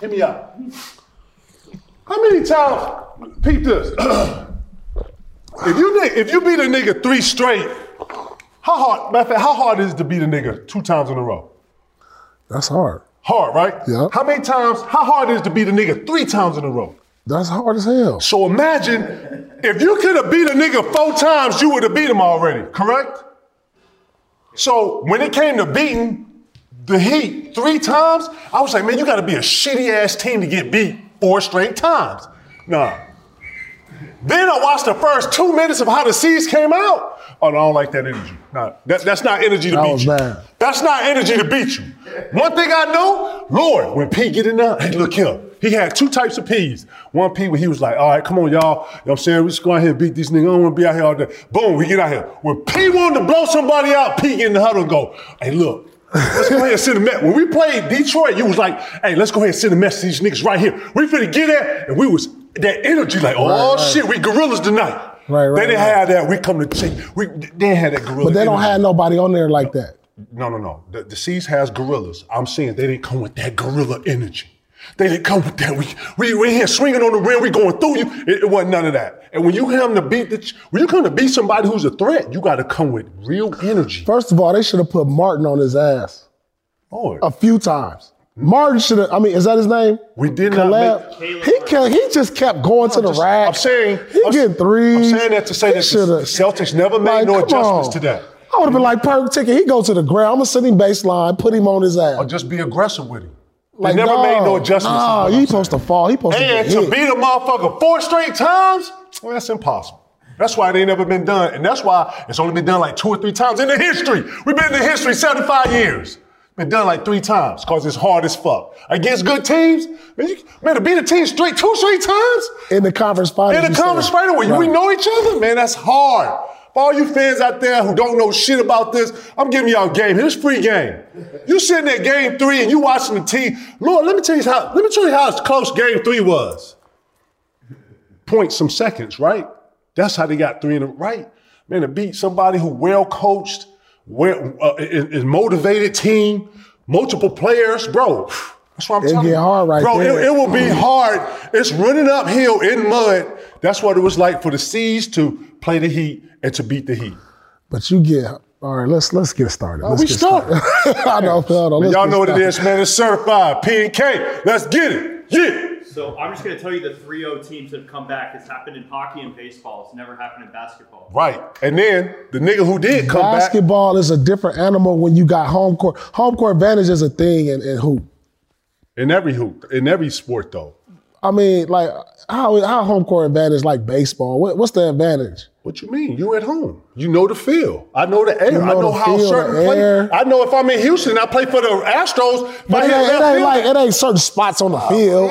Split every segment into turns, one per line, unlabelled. Hit me up. How many times, peep this? if you ni- if you beat a nigga three straight, how hard? Matter of fact, how hard is it to beat a nigga two times in a row?
That's hard.
Hard, right?
Yeah.
How many times? How hard is it to beat a nigga three times in a row?
That's hard as hell.
So imagine if you could have beat a nigga four times, you would have beat him already, correct? So when it came to beating the Heat three times, I was like, man, you gotta be a shitty ass team to get beat four straight times. Nah. Then I watched the first two minutes of how the seeds came out. Oh, no, I don't like that energy. Nah, that, that's not energy to
That
beat
was
you.
bad.
That's not energy to beat you. One thing I know, Lord, when P get in there, hey, look here. He had two types of P's. One P where he was like, all right, come on, y'all. You know what I'm saying? We just go out here and beat these niggas. I don't want to be out here all day. Boom, we get out here. When P wanted to blow somebody out, P get in the huddle and go, hey, look, let's go ahead and send a message. When we played Detroit, you was like, hey, let's go ahead and send a message to these niggas right here. We finna get there, and we was, that energy like, oh,
Right, right.
shit, we gorillas tonight.
Right, right,
They didn't
right.
have that. We come to check. We, they didn't have that gorilla
But they don't
energy.
have nobody on there like that.
No, no, no. The, the Seas has gorillas. I'm saying they didn't come with that gorilla energy. They didn't come with that. We we we here swinging on the rim. We going through you. It, it wasn't none of that. And when you come to beat the, ch- when you come to beat somebody who's a threat, you got to come with real energy.
First of all, they should have put Martin on his ass
Lord,
a few times. Martin should have. I mean, is that his name?
we did not.
Collab.
Make,
He kept, he just kept going to the
just-
rack.
I'm saying
he
I'm,
getting threes.
I'm saying that to say
He
that the
shoulda-
Celtics never made
Like,
no
come
adjustments
on.
to that.
I would have been like, perfect ticket. He go to the ground. I'm gonna send him baseline, put him on his ass.
Or just be aggressive with him. They
Like,
never made no
dawg,
adjustments. is
Nah,
what
he
I'm
supposed to fall. He supposed
And
to
to
get
beat
hit.
a motherfucker four straight times, well, that's impossible. That's why it ain't never been done. And that's why it's only been done like two or three times in the history. We've been in the history 75 years. Been done like three times because it's hard as fuck. Against good teams, man, you, man to beat a team straight two straight times
in the conference finals.
in
you
a
said.
conference final where we
Right.
know each other, man, that's hard. For all you fans out there who don't know shit about this, I'm giving y'all a game. Here's free game. You sitting there game three and you watching the team. Lord, let me tell you how. Let me tell you how close game three was. Point some seconds, right? That's how they got three in the right. Man, to beat somebody who well coached, well uh, is, is motivated team, multiple players, bro. That's what I'm
It
telling
get
you.
hard right
bro, it-
there.
it will be hard. It's running uphill in mud. That's what it was like for the Seas to play the Heat and to beat the Heat.
But you get all right. Let's let's get started. Let's
Oh, we
get
started.
I know. Hold on, let's
Y'all
get
know what it
started.
is, man. It's certified. P and K. Let's get it. Yeah.
So I'm just going to tell you the 3-0 teams that have come back. It's happened in hockey and baseball. It's never happened in basketball.
Right. And then the nigga who did come back.
Basketball is a different animal when you got home court. Home court advantage is a thing in, in hoop.
In every hoop, in every sport though.
I mean, like how how home court advantage like baseball? What, what's the advantage?
What you mean? You at home. You know the feel. I know the air. I
know
know
the
how
feel,
certain
the air.
players. I know if I'm in Houston, I play for the Astros. if I
But it
hit
ain't,
left
it ain't
field,
like it ain't certain spots on the field.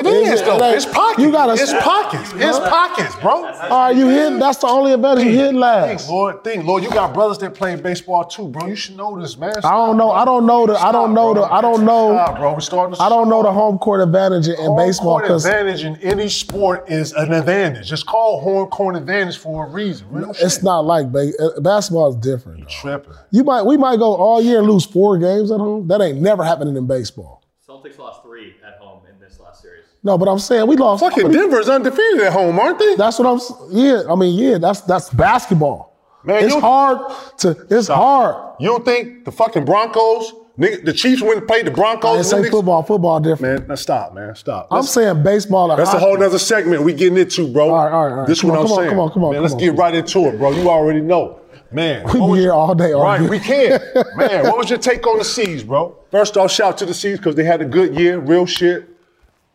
Oh, It is
ain't-
though.
ain't-
it's pockets.
You gotta.
It's pockets. It's pockets, bro.
All right, you hit. That's the only advantage you hit
Think,
last.
Lord. Think, Lord. You got brothers that play baseball too, bro. You should know this, man.
I don't know. I don't know the. I don't know the. I don't
Stop,
know.
bro. We're starting. To
I don't know the home court advantage in, in
Home
baseball
court
because
advantage in any sport is an advantage. It's called horn corn advantage for a reason. Real
it's
shit.
not like ba- uh, basketball is different. though.
tripping.
You might we might go all year and lose four games at home. That ain't never happening in baseball.
Celtics lost three at home in this last series.
No, but I'm saying we lost.
Fucking Denver's undefeated at home, aren't they?
That's what I'm. s- Yeah, I mean, yeah, that's that's basketball.
Man,
it's
you-
hard to. It's hard.
You don't think the fucking Broncos, nigga, the Chiefs went and played the
I
Broncos?
didn't say
niggas-
football. Football different.
Oh, Man, now stop, man, stop.
I'm
Let's-
saying baseball. or
That's a
hockey.
whole nother segment we getting into, bro.
All right, all right, all right.
This
Come
what
on,
I'm
come on,
saying.
come on, come on,
Man, let's
come on.
get right into it, bro. You already know. Man.
We
what
be
was-
here all day. all
Right,
day.
we can. Man, what was your take on the Seas, bro? First off, shout out to the Seas because they had a good year, real shit.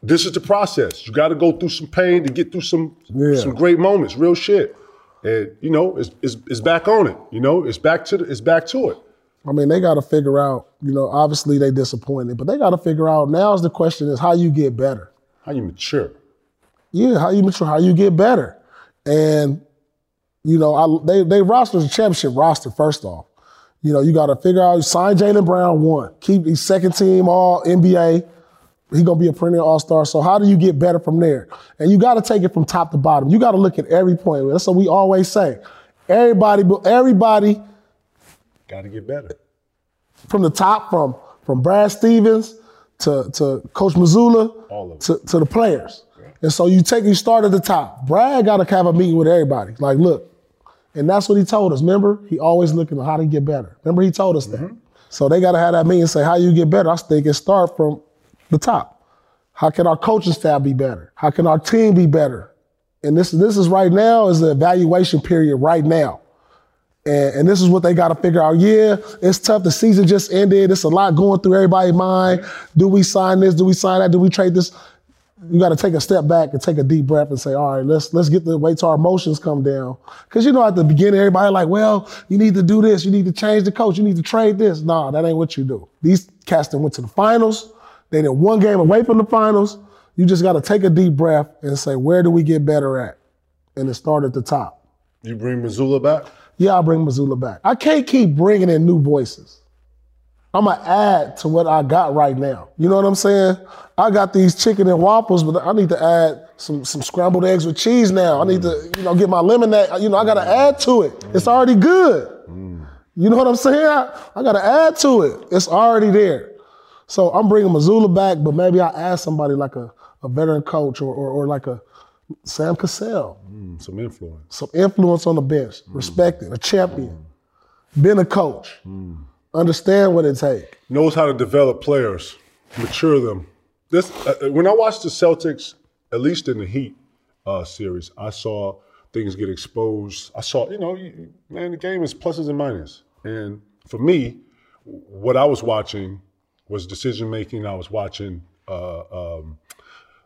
This is the process. You got to go through some pain to get through some
Yeah.
some great moments, real shit. And you know, it's, it's, it's back on it. You know, it's back to the, it's back to it.
I mean, they got to figure out. You know, obviously they disappointed, but they got to figure out. Now's the question is how you get better.
How you mature?
Yeah, how you mature, how you get better, and you know, I, they they roster is a championship roster. First off, you know, you got to figure out. Sign Jalen Brown one, keep the second team All NBA. He gonna be a perennial All Star. So how do you get better from there? And you got to take it from top to bottom. You got to look at every point. That's what we always say. Everybody, everybody
Got to get better.
from the top, from from Brad Stevens to, to Coach Missoula,
All of
to, to the players. And so you take, you start at the top. Brad got to have a meeting with everybody. Like, look, and that's what he told us. Remember, he always looking at how to get better. Remember, he told us that.
Mm-hmm.
So they got to have that meeting and say, how you get better? I think it start from the top. How can our coaching staff be better? How can our team be better? And this, this is right now is the evaluation period right now. And, and this is what they got to figure out. Yeah, it's tough. The season just ended. It's a lot going through everybody's mind. Do we sign this? Do we sign that? Do we trade this? You got to take a step back and take a deep breath and say, all right, let's let's get the wait till our emotions come down. Because you know at the beginning everybody like, well, you need to do this, you need to change the coach, you need to trade this. Nah, that ain't what you do. These cats that went to the finals, they did one game away from the finals. You just got to take a deep breath and say, where do we get better at? And it start at the top.
You bring Missoula back?
Yeah, I'll bring Missoula back. I can't keep bringing in new voices. I'm going to add to what I got right now. You know what I'm saying? I got these chicken and waffles, but I need to add some, some scrambled eggs with cheese now. I need to, you know, get my lemonade. You know, I got to add to it. It's already good. You know what I'm saying? I, I got to add to it. It's already there. So I'm bringing Missoula back, but maybe I add somebody like a, a veteran coach or, or, or like a Sam Cassell
Some influence.
some influence on the bench, respected, a champion, been a coach, understand what it takes.
knows how to develop players, mature them. This uh, when I watched the Celtics, at least in the Heat uh, series, I saw things get exposed. I saw, you know, you- man, the game is pluses and minuses. And for me, what I was watching was decision making. I was watching uh, um,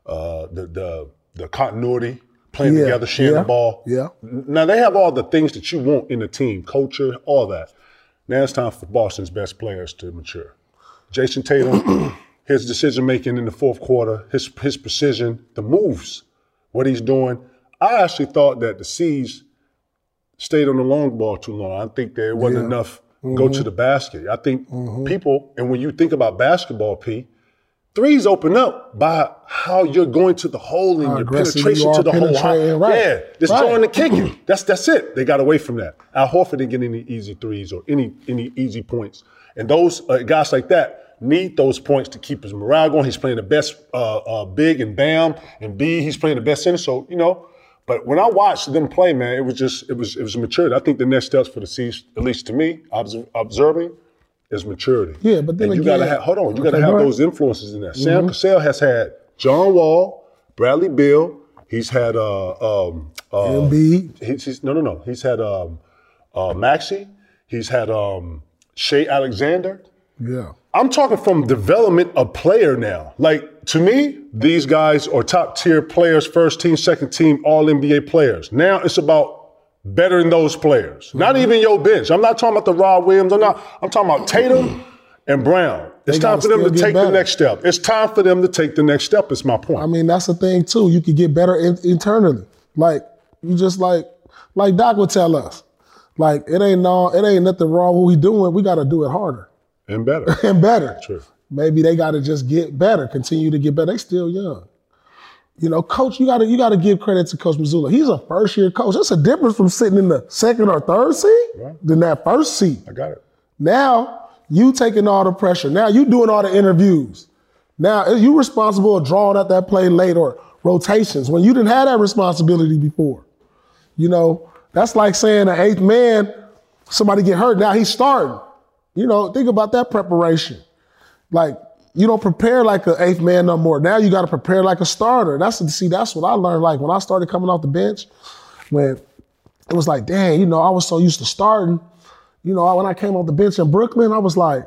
uh, the the the continuity, playing
Yeah,
together, sharing
yeah,
the ball.
yeah.
Now they have all the things that you want in a team, culture, all that. Now it's time for Boston's best players to mature. Jason Tatum, his decision making in the fourth quarter, his his precision, the moves, what he's doing. I actually thought that the C's stayed on the long ball too long. I think there wasn't enough go to the basket. I think people, and when you think about basketball, P, threes open up by how you're going to the hole and your
aggressive you
penetration
are
to the hole. How-
penetrating, right.
Yeah, just
Right.
throwing the kicking. That's that's it. They got away from that. Al Horford didn't get any easy threes or any any easy points. And those uh, guys like that need those points to keep his morale going. He's playing the best uh, uh, big and Bam and B. He's playing the best center. So you know. But when I watched them play, man, it was just it was it was maturity. I think the next steps for the C's, at least to me, obs- observing, is maturity.
Yeah, but then
and you
again-
gotta have hold on, you gotta
Okay,
have
go ahead. Mm-hmm.
those influences in there. Sam Cassell has had John Wall, Bradley Bill. He's had uh, um, uh,
Embiid.
He's, he's, no, no, no. He's had um, uh, Maxi. He's had um, Shea Alexander.
Yeah.
I'm talking from development of player now. Like to me, these guys are top tier players, first team, second team, all NBA players. Now it's about bettering those players. Not
Mm-hmm.
even your bench. I'm not talking about the Rod Williams. I'm not. I'm talking about Tatum and Brown. It's time
Mm-hmm. gotta
for them
still
to
get
take
better.
the next step. It's time for them to take the next step. Is my point.
I mean, that's the thing too. You could get better in- internally. Like you just like like Doc would tell us. Like it ain't no, it ain't nothing wrong with what we doing. We got to do it harder
and better.
and better.
True.
Maybe they got to just get better, continue to get better. They still young. You know, coach, you gotta you gotta give credit to Coach Missoula. He's a first year coach. That's a difference from sitting in the second or third seat than that first seat.
I got it.
Now you taking all the pressure. Now you doing all the interviews. Now you responsible of drawing out that play late or rotations when you didn't have that responsibility before. You know, that's like saying an eighth man, somebody get hurt. Now he's starting. You know, think about that preparation. Like you don't prepare like an eighth man no more. Now you got to prepare like a starter. That's see, that's what I learned. Like when I started coming off the bench, when it was like, dang, you know, I was so used to starting you know, when I came off the bench in Brooklyn, I was like,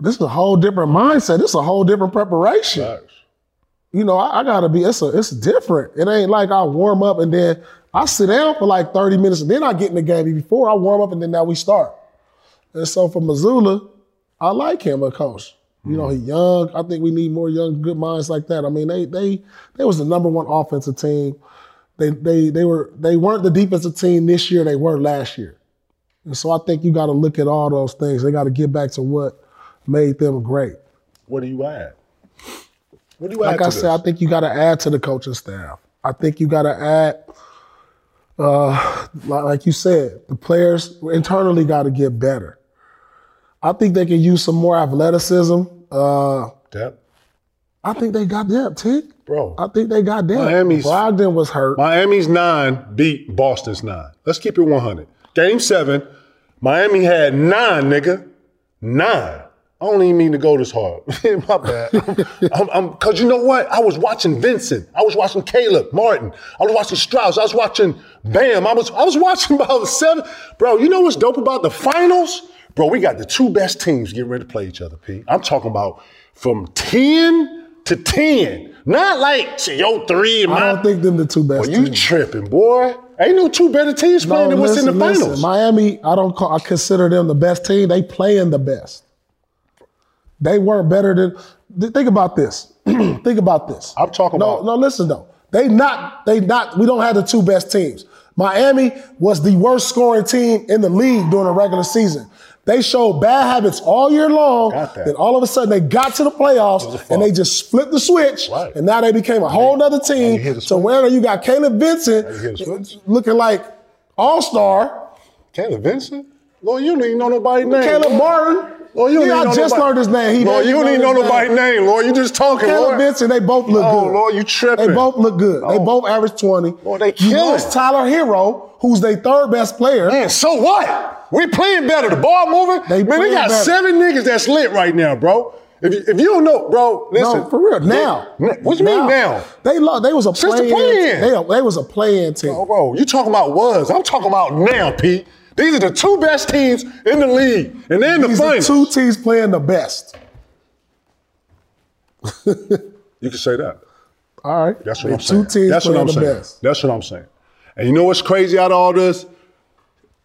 this is a whole different mindset. This is a whole different preparation.
Facts.
You know, I, I gotta be, it's a, it's different. It ain't like I warm up and then I sit down for like 30 minutes and then I get in the game. Before I warm up and then now we start. And so for Missoula, I like him a coach. You know, he young. I think we need more young, good minds like that. I mean, they they they was the number one offensive team. They they they were they weren't the defensive team this year. They were last year. And so I think you got to look at all those things. They got to get back to what made them great.
What do you add? What do you add
Like
to
I
this?
said, I think you got to add to the coaching staff. I think you got to add, uh, like like you said, the players internally got to get better. I think they can use some more athleticism. Uh,
Depth.
I think they got depth, Tick.
Bro.
I think they got depth.
Miami's-
Brogdon was hurt.
Miami's nine beat Boston's nine. Let's keep it 100. Game seven, Miami had nine, nigga. Nine. I don't even mean to go this hard. My bad. I'm, I'm, Cause you know what? I was watching Vincent. I was watching Caleb Martin. I was watching Strauss. I was watching Bam. I was I was watching about seven. Bro, you know what's dope about the finals? Bro, we got the two best teams getting ready to play each other, P. I'm talking about from 10 to 10. Not like yo three and
I
my
don't think them the two best.
you
teams.
tripping, boy. Ain't no two better teams playing than what's in the
listen,
finals.
listen. Miami, I don't call, I consider them the best team. They playing the best. They weren't better than. th- Think about this. think about this.
I'm talking
no,
about-
No, listen though. They not. They not. We don't have the two best teams. Miami was the worst scoring team in the league during the regular season. They showed bad habits all year long.
Got that.
Then all of a sudden they got to the playoffs and they just flipped the switch.
Right.
And now they became a whole nother
you
team.
hear the
So
switch.
where you got Caleb
you hear the switch.
Vincent looking like all star.
Caleb Vincent? Lord, you don't even know nobody's name.
Caleb Martin.
Lord, you don't
Yeah,
even
I
know
just
nobody-
learned his name. He
Lord,
didn't
you don't
know
even know
his name.
nobody's name. Lord, you just talking.
Caleb
Lord.
Vincent, they both look
Oh,
good.
Lord, you tripping.
They both look good. They
Oh.
both average 20.
Lord, they
you
killing. Mm,
lost Tyler Hero, who's their third best player.
Man, so what? We playing better. The ball moving.
They
Man, we
playing
got
better.
seven niggas that's lit right now, bro. If you, if you don't know, bro, listen.
no, for real. Now.
Ni- What you mean now?
They lost. They was a
Since the
play-in.
play-in.
They, they was a play-in team.
Oh, bro, you talking about was. I'm talking about now, Pete. These are the two best teams in the league. And they're in the
These are
finals.
two teams playing the best.
you can say that.
All right.
That's what
The
I'm saying.
Two teams
That's what
playing
I'm
the
saying.
best.
That's what I'm saying. And you know what's crazy out of all this?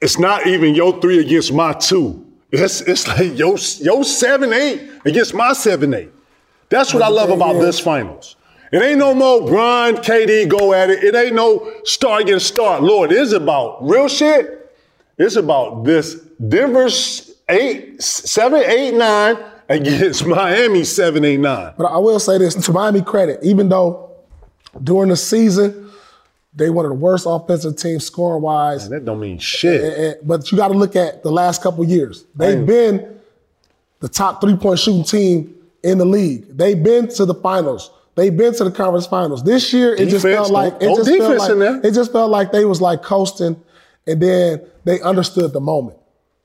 It's not even your three against my two. It's it's like your your seven eight against my seven eight. That's what I love about this finals. It ain't no more grind, KD go at it. It ain't no star against star. Lord, it's about real shit. It's about this Denver's eight, seven, eight, nine against Miami seven, eight, nine.
But I will say this to Miami credit, even though during the season they one of the worst offensive teams scoring wise.
That don't mean shit.
But you got to look at the last couple years. They've been the top three point shooting team in the league. They've been to the finals. They've been to the conference finals. This year, it just
Defense,
felt like it
no- no
just felt
defense
like
in there.
it just felt like they was like coasting, and then they understood the moment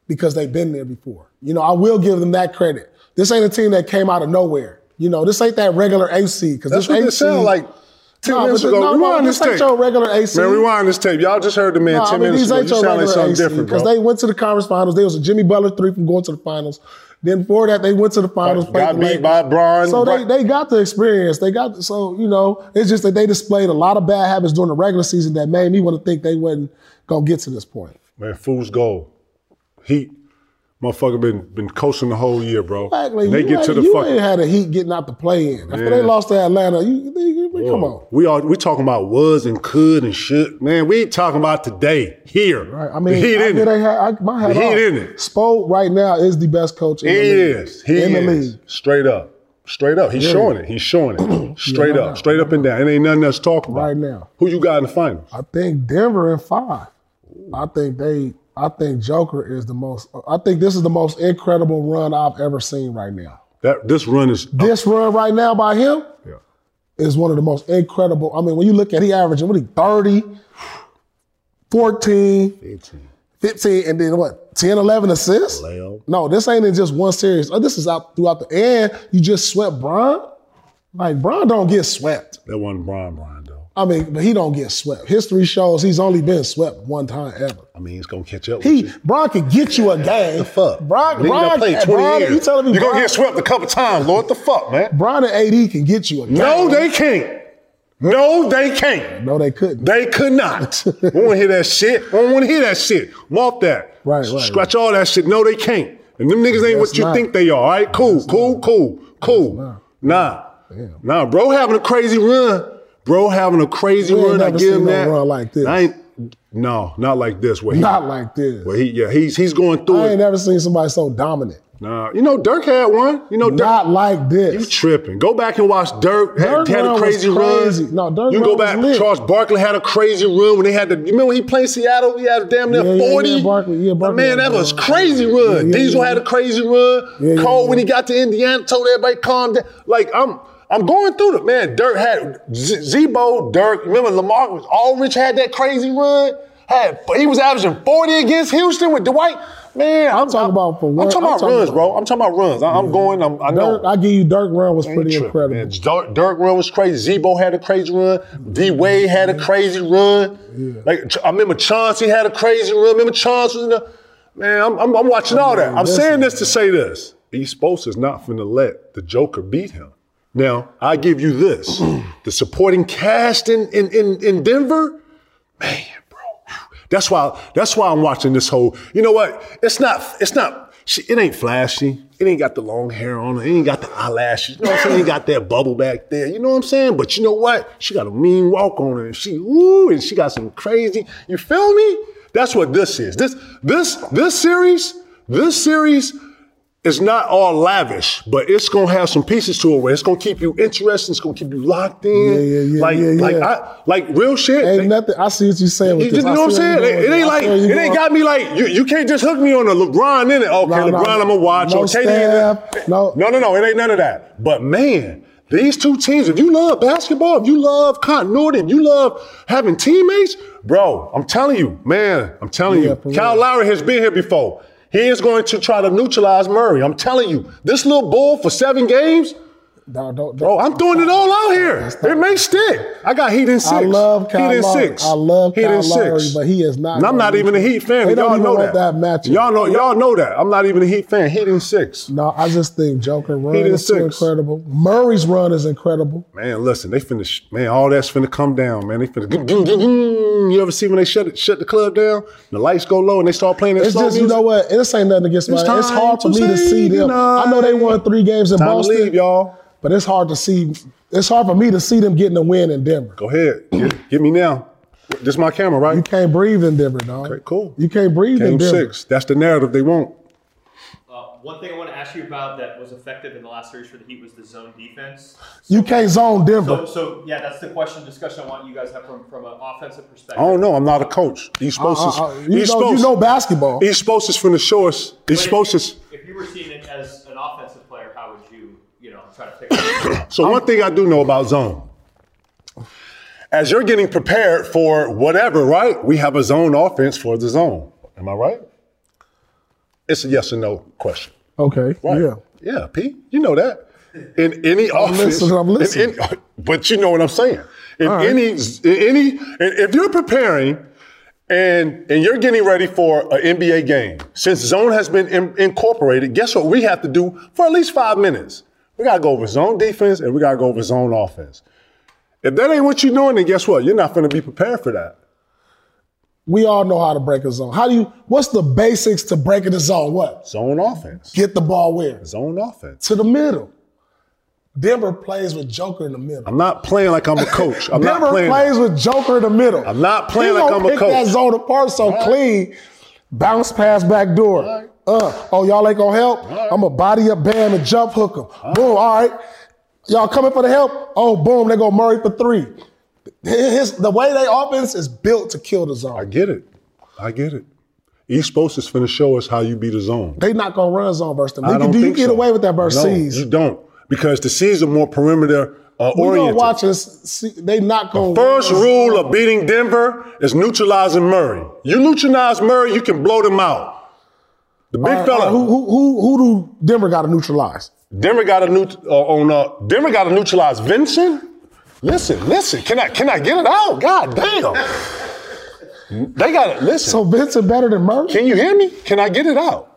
because they've been there before. You know, I will give them that credit. This ain't a team that came out of nowhere. You know, this ain't that regular AC because
That's
this
what
AC
it sound like. Ten
Nah,
minutes
but
ago,
no, no,
rewind
this
this
ain't
tape.
your regular AC.
Man, rewind this tape. Y'all just heard the man
No,
ten
I mean,
minutes
these
ago.
ain't
You
your
sound like
regular
something
AC
different, bro.
because they went to the conference finals. There was a Jimmy Butler three from going to the finals. Then before that, they went to the finals. played
got
the
beat
Lakers.
by Bron.
So they,
Right.
they got the experience. They got so you know it's just that they displayed a lot of bad habits during the regular season that made me want to think they wasn't gonna get to this point.
Man, fool's gold. Heat, motherfucker, been been coasting the whole year, bro.
Exactly.
they
you
get
ain't,
to the
you
fucking.
ain't had a Heat getting out the play in. After they
Yeah.
lost to Atlanta, you, you- you- come on.
We are we talking about was and could and should. Man, we ain't talking about today here.
Right. I mean,
the heat
I
in
get a
it.
hat- I- my hat
The Heat
off.
in it.
Spo right now is the best coach in
He
the league.
is. He
in the
is.
league.
Straight up. Straight up. He's showing it. He's showing it. Straight
right
up.
now.
Straight up and down. It ain't nothing else to talk about.
Right now.
Who you got in the finals?
I think Denver in five. I think they. I think Joker is the most. I think this is the most incredible run I've ever seen right now.
That this run is
This run right now by him
Yeah.
is one of the most incredible. I mean, when you look at he averaging what he 30, 14,
18.
15, and then what 10, 11 assists.
Layup.
No, this ain't in just one series. Oh, this is out throughout the and you just swept Bron. Like Bron don't get swept.
That wasn't Brian Brian though.
I mean, but he don't get swept. History shows he's only been swept one time ever.
I mean, it's gonna catch up.
He
with you.
Bron could get you a game.
the fuck.
Bron,
Nigga done
Bron,
played
Bron,
20 years.
you telling me
You're
Bron,
gonna get swept a couple times, Lord. The fuck, man.
Bron and AD can get you a game?
No, they can't. No, they can't.
no, they couldn't.
They could not. I want to hear that shit. I don't want to hear that shit. Mark that.
Right, right,
Scratch all that shit. No, they can't. And them niggas ain't what
That's
you
not-
think they are. All right, cool, cool, cool, cool. Nah, nah, bro, having a crazy run. Bro, having a crazy
We ain't
run. I
never
give him
seen no
that.
run like this.
I ain't. No, not like this. Where he,
Not like this.
Where he, yeah, he's he's going through
I
it.
ain't never seen somebody so dominant.
Nah, you know Dirk had one. You know Dirk.
Not like
You
this.
tripping? Go back and watch Dirk. had,
Dirk
had
run
a
was
crazy,
crazy.
run.
No, Dirk
You can go
run was
back.
lit.
Charles Barkley had a crazy run when they had the. You remember when he played Seattle? He had damn near
Yeah, yeah, yeah,
forty.
Barkley. Yeah,
My
Barkley
man,
had
that
a
was
run.
crazy run.
Yeah, yeah,
Diesel
yeah.
had a crazy run.
Yeah, yeah,
Cole
yeah.
when he got to Indiana told everybody calm down. Like I'm. I'm going through the man. Dirk had Z- Zebo, Dirk. Remember Lamar was Aldrich had that crazy run. Had he was averaging forty against Houston with Dwight. Man, I'm,
talking about for
I'm
one-
talking
I'm
about
talking
runs,
about-
bro. I'm talking about runs. I, am going. I'm, I know.
Dirk, I give you Dirk run was
Ain't
pretty
tripping,
incredible.
man. Dirk, Dirk run was crazy. Zebo had a crazy run. D Wade had a crazy run. Like Ch- I remember Chauncey had a crazy run. Remember Chauncey was in the man. I'm, I'm, I'm watching all that. I'm saying this to say this. East Spoelstra's is not finna let the Joker beat him. Now I give you this: the supporting cast in in in, in Denver. Man, bro. That's why. That's why I'm watching this whole. You know what? It's not. It's not. She, it ain't flashy. It ain't got the long hair on her. It ain't got the eyelashes. You know what I'm saying? It ain't got that bubble back there. You know what I'm saying? But you know what? She got a mean walk on her, and she ooh, and she got some crazy. You feel me? That's what this is. This this this series. This series it's not all lavish, but it's gonna have some pieces to it where it's gonna keep you interested. It's gonna keep you locked in.
Yeah, yeah, yeah,
like,
yeah,
like,
yeah.
I, like real shit.
Ain't
They-
nothing. I see what you're saying. With
you
this.
just, you know what
I
I'm
see
saying?
you're
It, it
doing.
ain't
I
like
feel you
it ain't
going.
got me like you. You can't just hook me on a LeBron in it. Okay,
No, no,
LeBron, I'm gonna watch.
no
or KD,
staff, no-
no, no, no. It ain't none of that. But man, these two teams. If you love basketball, if you love continuity, if you love having teammates, bro, I'm telling you, man, I'm telling
Yeah,
you,
for real.
Kyle Lowry has been here before. He is going to try to neutralize Murray. I'm telling you, this little bull for seven games.
No, don't,
Bro, Oh, I'm throwing it all out here. It may stick. I got Heat in six.
I love Kyle
Heat in
Lowry.
six.
I love
Heat
Kyle
in
Lowry,
six.
but he is not.
And I'm
gonna
not
be-
even a Heat fan.
They don't
y'all
even
know
want that matchup.
Y'all know. Y'all know that. I'm not even a Heat fan. Heat in six.
No, I just think Joker run
did
is too
six.
incredible. Murray's run is incredible.
Man, listen, they finish. Man, all that's finna come down. Man, they finna. gung, gung, gung, gung. You ever see when they shut it, shut the club down? The lights go low and they start playing that
It's
slow
just, you
music?
know what? This ain't nothing against my.
It's
It's
time
hard for
to
me to
say
see them. I know they won three games in
Time to
Boston,
leave, y'all.
But it's hard to see. It's hard for me to see them getting a win in Denver.
Go ahead. Get, get me now. This my camera, right?
You can't breathe in Denver, dog.
Okay, cool.
You can't breathe in
Game
Denver.
six. That's the narrative they want.
Uh, one thing I want to ask you about that was effective in the last series for the Heat was the zone defense.
You can't zone
So,
Denver.
so yeah, that's the question discussion I want you guys to have from from an offensive
I
perspective.
don't know. I'm not a coach. He's supposed
Uh, uh,
to.
you,
he's
know, you
supposed-
know basketball.
He's supposed to finna show us. He's
But
supposed to.
if, if you were seeing it as an offensive player, how would you, you know, try to pick it up?
So one thing I do know about zone. As you're getting prepared for whatever, right? We have a zone offense for the zone. Am I right? It's a yes or no question.
Okay.
Right.
Yeah.
Yeah, P. You know that. In any office.
listening, I'm
in
listening.
any- but you know what I'm saying. In
All right.
any in any and if you're preparing and and you're getting ready for an NBA game, since zone has been in- incorporated, guess what we have to do for at least five minutes? We gotta go over zone defense and we gotta go over zone offense. If that ain't what you're doing, then guess what? You're not gonna be prepared for that.
We all know how to break a zone. How do you? What's the basics to breaking a zone? What?
Zone offense.
Get the ball where?
Zone offense.
To the middle. Denver plays with Joker in the middle.
I'm not playing like I'm a coach. I'm
Denver
not playing.
plays with Joker in the middle.
I'm not playing
He
like
gonna
I'm a
pick
coach.
that zone apart so clean. Bounce pass back door. Uh, oh, y'all ain't gonna help? I'm gonna body up Bam and jump hook him. Boom, all right. Y'all coming for the help? Oh, boom, they go Murray for three. His, the way they offense is built to kill the
I
zone.
get it. I get it. East Coast is finna show us how you beat a zone.
They not gonna run zone versus them.
I
You
don't
can do you
think
get
so.
away with that versus
no,
C's.
You don't because the C's are more perimeter uh,
We gonna
oriented.
watch this. See, they not gonna.
First
run zone.
rule of beating Denver is neutralizing Murray. You neutralize Murray, you can blow them out. The big
All right, all
fella.
right, Uh, Who, who who who do Denver got to neutralize?
Denver got a new uh, on. Uh, Denver got to neutralize Vincent. Listen, listen. Can I can I get it out? God damn. They got to listen.
So Vincent better than Murray.
Can you hear me? Can I get it out?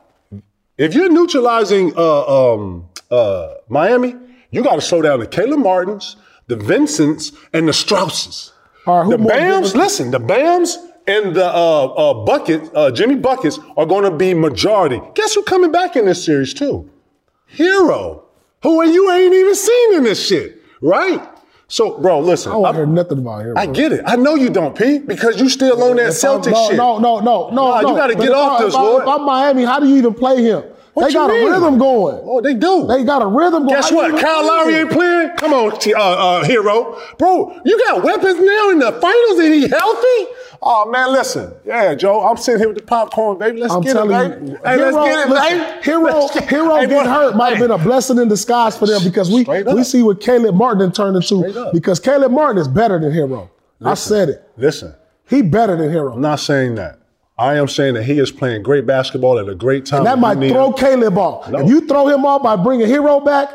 If you're neutralizing uh, um, uh, Miami, you got to slow down the Caleb Martins, the Vincents, and the Strausses.
All right, who
The
more
Bams,
different-
listen, the Bams and the uh, uh, Bucket, uh, Jimmy Buckets, are going to be majority. Guess who coming back in this series too? Hero, who you ain't even seen in this shit, right? So, bro, listen,
I don't
I,
hear nothing about him.
I get it. I know you don't, P, because you still on that
If I'm-
Celtic
no,
shit.
No, no, no, no,
Nah, you
no.
gotta
But
get
if
off
I,
this,
if I-
Lord.
If I'm Miami, how do you even play him?
What
they
you
got
mean?
a rhythm going.
Oh, they do.
They got a rhythm going.
Guess
How you
what?
gonna
Kyle
do
Lowry
it?
ain't playing. Come on, T- uh, uh, hero, bro. You got weapons now in the finals, and he healthy. Oh man, listen, yeah, Joe. I'm sitting here with the popcorn, baby. Let's
I'm
get it,
telling
baby.
you,
Hey,
Hero,
let's get it,
listen,
baby.
Hero,
Let's get-
Hero
Hey,
getting
boy.
hurt might have been a blessing in disguise for them because we
Straight
we
up.
see what Caleb Martin then turned
Straight
into
up.
because Caleb Martin is better than Hero. I said it.
Listen,
He better than Hero.
I'm not saying that. I am saying that he is playing great basketball at a great time.
that
We
might
need
throw
him.
Caleb off.
No.
If you throw him off by bringing Hero back,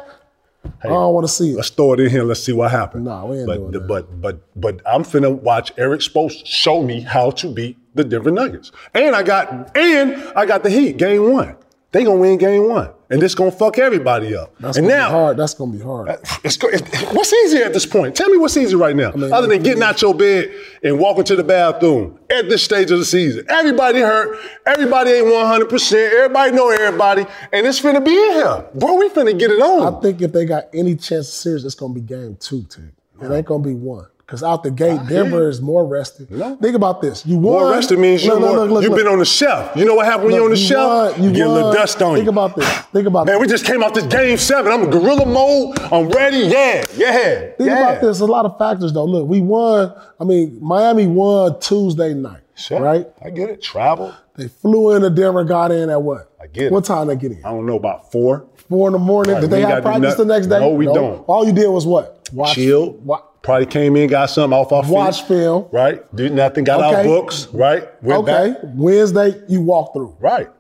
I don't want to see it.
Let's throw it in here. Let's see what happens.
Nah, we ain't
but,
doing that.
But but but I'm finna watch Eric Spoelstra show me how to beat the Denver Nuggets. And I got and I got the Heat game one. They gonna win game one, and this gonna fuck everybody up.
That's
and
gonna
now
be hard. That's gonna be hard.
it's go- it- what's easier at this point? Tell me what's easy right now, other than getting out your bed and walking to the bathroom at this stage of the season. Everybody hurt. Everybody ain't one hundred percent. Everybody know everybody, and it's finna be in here, bro. We finna get it on.
I think if they got any chance of series, it's gonna be game two, Tick. It ain't gonna be one. Cause out the gate, Denver is more rested.
No.
Think about this. You won.
More rested means you're
Look, look,
more.
look, look,
you've
look.
been on the shelf. You know what happens when you're on the
you
shelf?
won, you
get a little
won.
dust on
Think
you.
about this. Think about
Man,
this.
we just came out this game seven. I'm in gorilla mode. I'm ready. Yeah, yeah,
Think
yeah.
about this. There's a lot of factors though. Look, we won. I mean, Miami won Tuesday night,
Sure.
right?
I get it. Travel.
They flew into Denver, got in at what?
I get it.
What time they get in?
I don't know about four.
Four in the morning.
Right,
Did
we
they
ain't
have
gotta do
practice the
nothing.
next day?
No, we don't.
All you did was what? Watch,
Chill.
wa-
Probably came in, got something off our feet.
Watch film.
Right. Did nothing. Got our
Okay.
books. Right. Went
Okay.
back.
Wednesday, you walk through.
Right.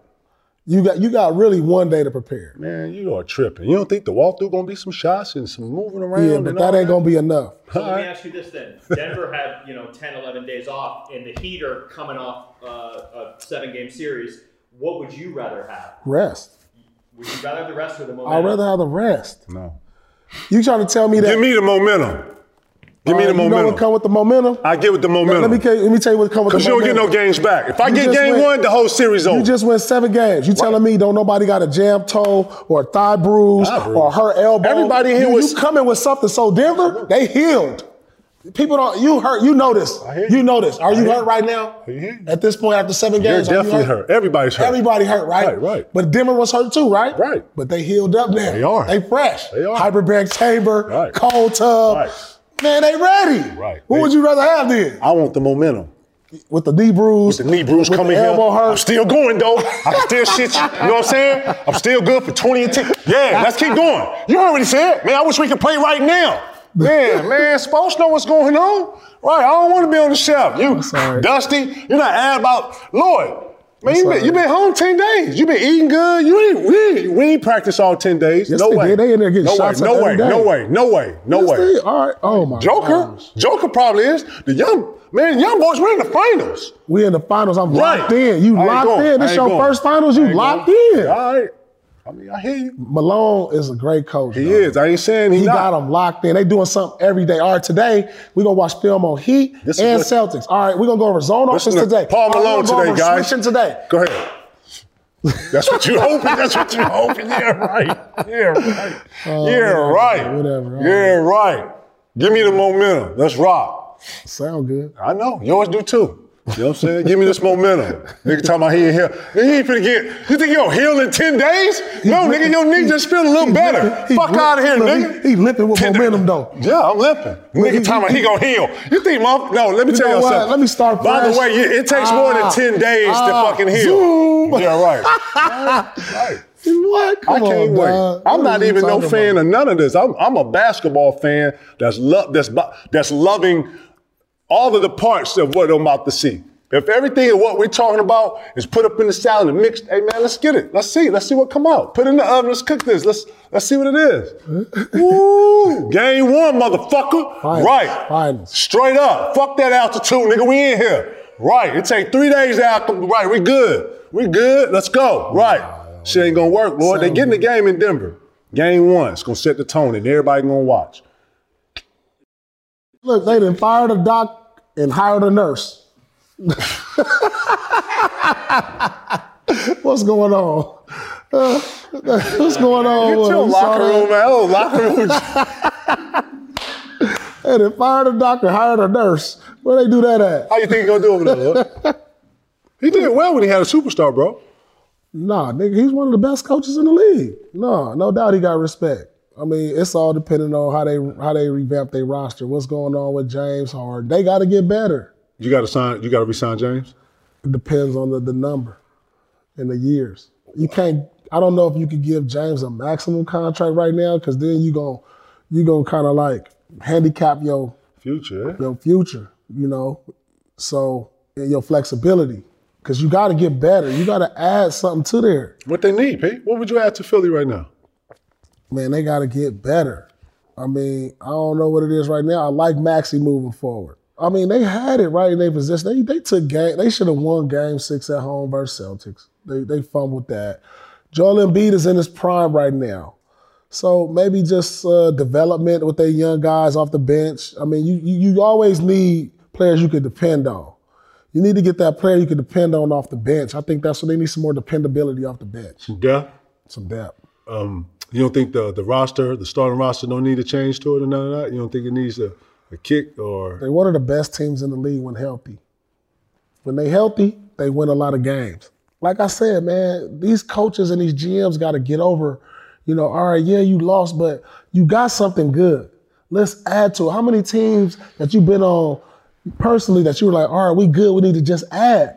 You got you got really one day to prepare.
Man, you are tripping. You don't think the walkthrough gonna be some shots and some moving around?
Yeah, but
and
that
all
ain't gonna be enough.
So let me ask you this then. Denver had, you know, 10, 11 days off, and the Heat are coming off uh, a seven game series. What would you rather have?
Rest.
Would you rather have the rest of the momentum?
I'd rather have the rest.
No.
You trying to tell me that?
Give me the momentum. Give me
uh,
the
You know
momentum.
what come with the momentum?
I get with the momentum.
Let me tell you- let me tell you what come with the
Because you
momentum.
don't get no games back. If I
You
get
just
game
went-
one, the whole series over.
You just win seven games. You telling me don't nobody got a jam toe or a thigh bruise
Thigh bruise.
or her elbow?
Everybody here
you,
was-
you coming with something. So Denver, they healed. People don't. You hurt. You know this.
hear
you.
you.
know this.
I
Are you
hear
hurt
you.
right now?
I hear you.
At this point, after seven
You're
games, are you
definitely hurt. Everybody's hurt.
Everybody hurt, right?
Right, right.
But Denver was hurt too, right?
Right.
But they healed up now.
They are.
They fresh.
They are.
Hyperbaric chamber,
Right.
cold tub.
Right.
Man, they ready.
Right.
What
They-
would you rather have then?
I want the momentum.
With the knee bruise,
The knee bruise
with
coming
the
here.
elbow hurt.
I'm still going though. I can still shit you. You know what I'm saying? I'm still good for 20 and 10. Yeah, let's keep going. You already said, man, I wish we could play right now. Man, man, supposed to know what's going on. Right, I don't want to be on the shelf. You
sorry.
dusty, you're not ad about Lloyd. Man,
I'm
you been,
sorry.
you been home 10 days. you been eating good. You ain't, we ain't, we ain't practiced all 10 days.
Yes,
no
they
way.
did. They in there getting
no
shots
way.
up
No way.
every day.
no way. No way. No
Yes,
way.
they- All right. Oh my.
Joker,
gosh.
Joker probably is. The young man, young boys, we're in the finals.
We in the finals. I'm
Right.
locked in. You
I ain't
locked
going.
in. This
I ain't
your
going.
first finals.
I
You
ain't
locked
going.
in.
All right. I mean, I hear you.
Malone is a great coach.
He
though.
is. I ain't saying he,
He
not.
got them locked in. They doing something every day. All right, today we're gonna watch film on Heat
This is
and
what-
Celtics. All right, we're gonna go over zone
Listen
offense
to
today.
Paul
All right, we're
Malone
gonna go
today,
over
guys.
Switching today.
Go ahead. That's what you hoping. That's what you hoping. Yeah, right. Yeah, right. yeah,
Oh, whatever,
right.
whatever. All
Yeah, right. Give me the momentum. Let's rock.
Sound good.
I know. Yours do too. You know what I'm saying? Give me this momentum. Nigga talking about he ain't here. Nigga, you ain't finna get, you think you'll heal in 10 days? No, nigga, your knee just feel a little better.
He
Fuck
limp-
out of here,
look,
nigga.
He, he limping with
Tinder.
momentum though.
Yeah, I'm limping. Nigga, talking about he gonna heal. You think, mom? No, let me
You
tell
know
you
what?
something.
Let me start
By the
fresh.
way, it, it takes more than
Ah,
ten days
ah,
to fucking heal.
zoom.
Yeah, right. right.
What? Come
I can't
on,
wait.
dog.
I'm
What
not
are you
even no
talking
fan
about?
of none of this. I'm, I'm a basketball fan that's love that's bu- that's loving all of the parts of what I'm about to see. If everything and what we're talking about is put up in the salad and mixed, hey man, let's get it. Let's see. Let's see what come out. Put it in the oven. Let's cook this. Let's let's see what it is. Ooh, game one, motherfucker.
Finals,
right.
finals.
Straight up. Fuck that altitude, nigga. We in here. Right. It take three days after. Right. We good. We good. Let's go. Right. Shit ain't gonna work, Lord. They getting the game in Denver. Game one. It's gonna set the tone, and everybody gonna watch.
Look, they done fired a doc and hired a nurse. What's going on? Uh, what's going on?
Get
with-
your
we saw
locker
that.
room out. Oh, Locker room.
They done fired a doctor, hired a nurse. Where they do that at?
How you think he gonna do over there? Lord? he did well when he had a superstar, bro.
Nah, nigga, he's one of the best coaches in the league. No, no doubt he got respect. I mean, it's all depending on how they how they revamp their roster. What's going on with James Harden? They got to get better.
You got to sign. You got to resign James.
It depends on the, the number and the years. You can't. I don't know if you could give James a maximum contract right now because then you gon' you gonna kind of like handicap your
Future. eh?
your future, you know. So and your flexibility, because you got to get better. You got to add something to there.
What they need, Pete? What would you add to Philly right now?
Man, they got to get better. I mean, I don't know what it is right now. I like Maxi moving forward. I mean, they had it right in their possession. They they took game. They should have won Game Six at home versus Celtics. They they fumbled that. Joel Embiid is in his prime right now. So maybe just uh, development with their young guys off the bench. I mean, you, you you always need players you can depend on. You need to get that player you can depend on off the bench. I think that's what they need some more dependability off the bench,
Yeah.
some depth.
Um, you don't think the the roster, the starting roster, don't need a change to it or none of that. You don't think it needs a, a kick or
They're one of the best teams in the league when healthy. When they healthy, they win a lot of games. Like I said, man, these coaches and these GMs got to get over, you know, all right, yeah, you lost, but you got something good. Let's add to it. How many teams that you've been on personally that you were like, all right, we good, we need to just add.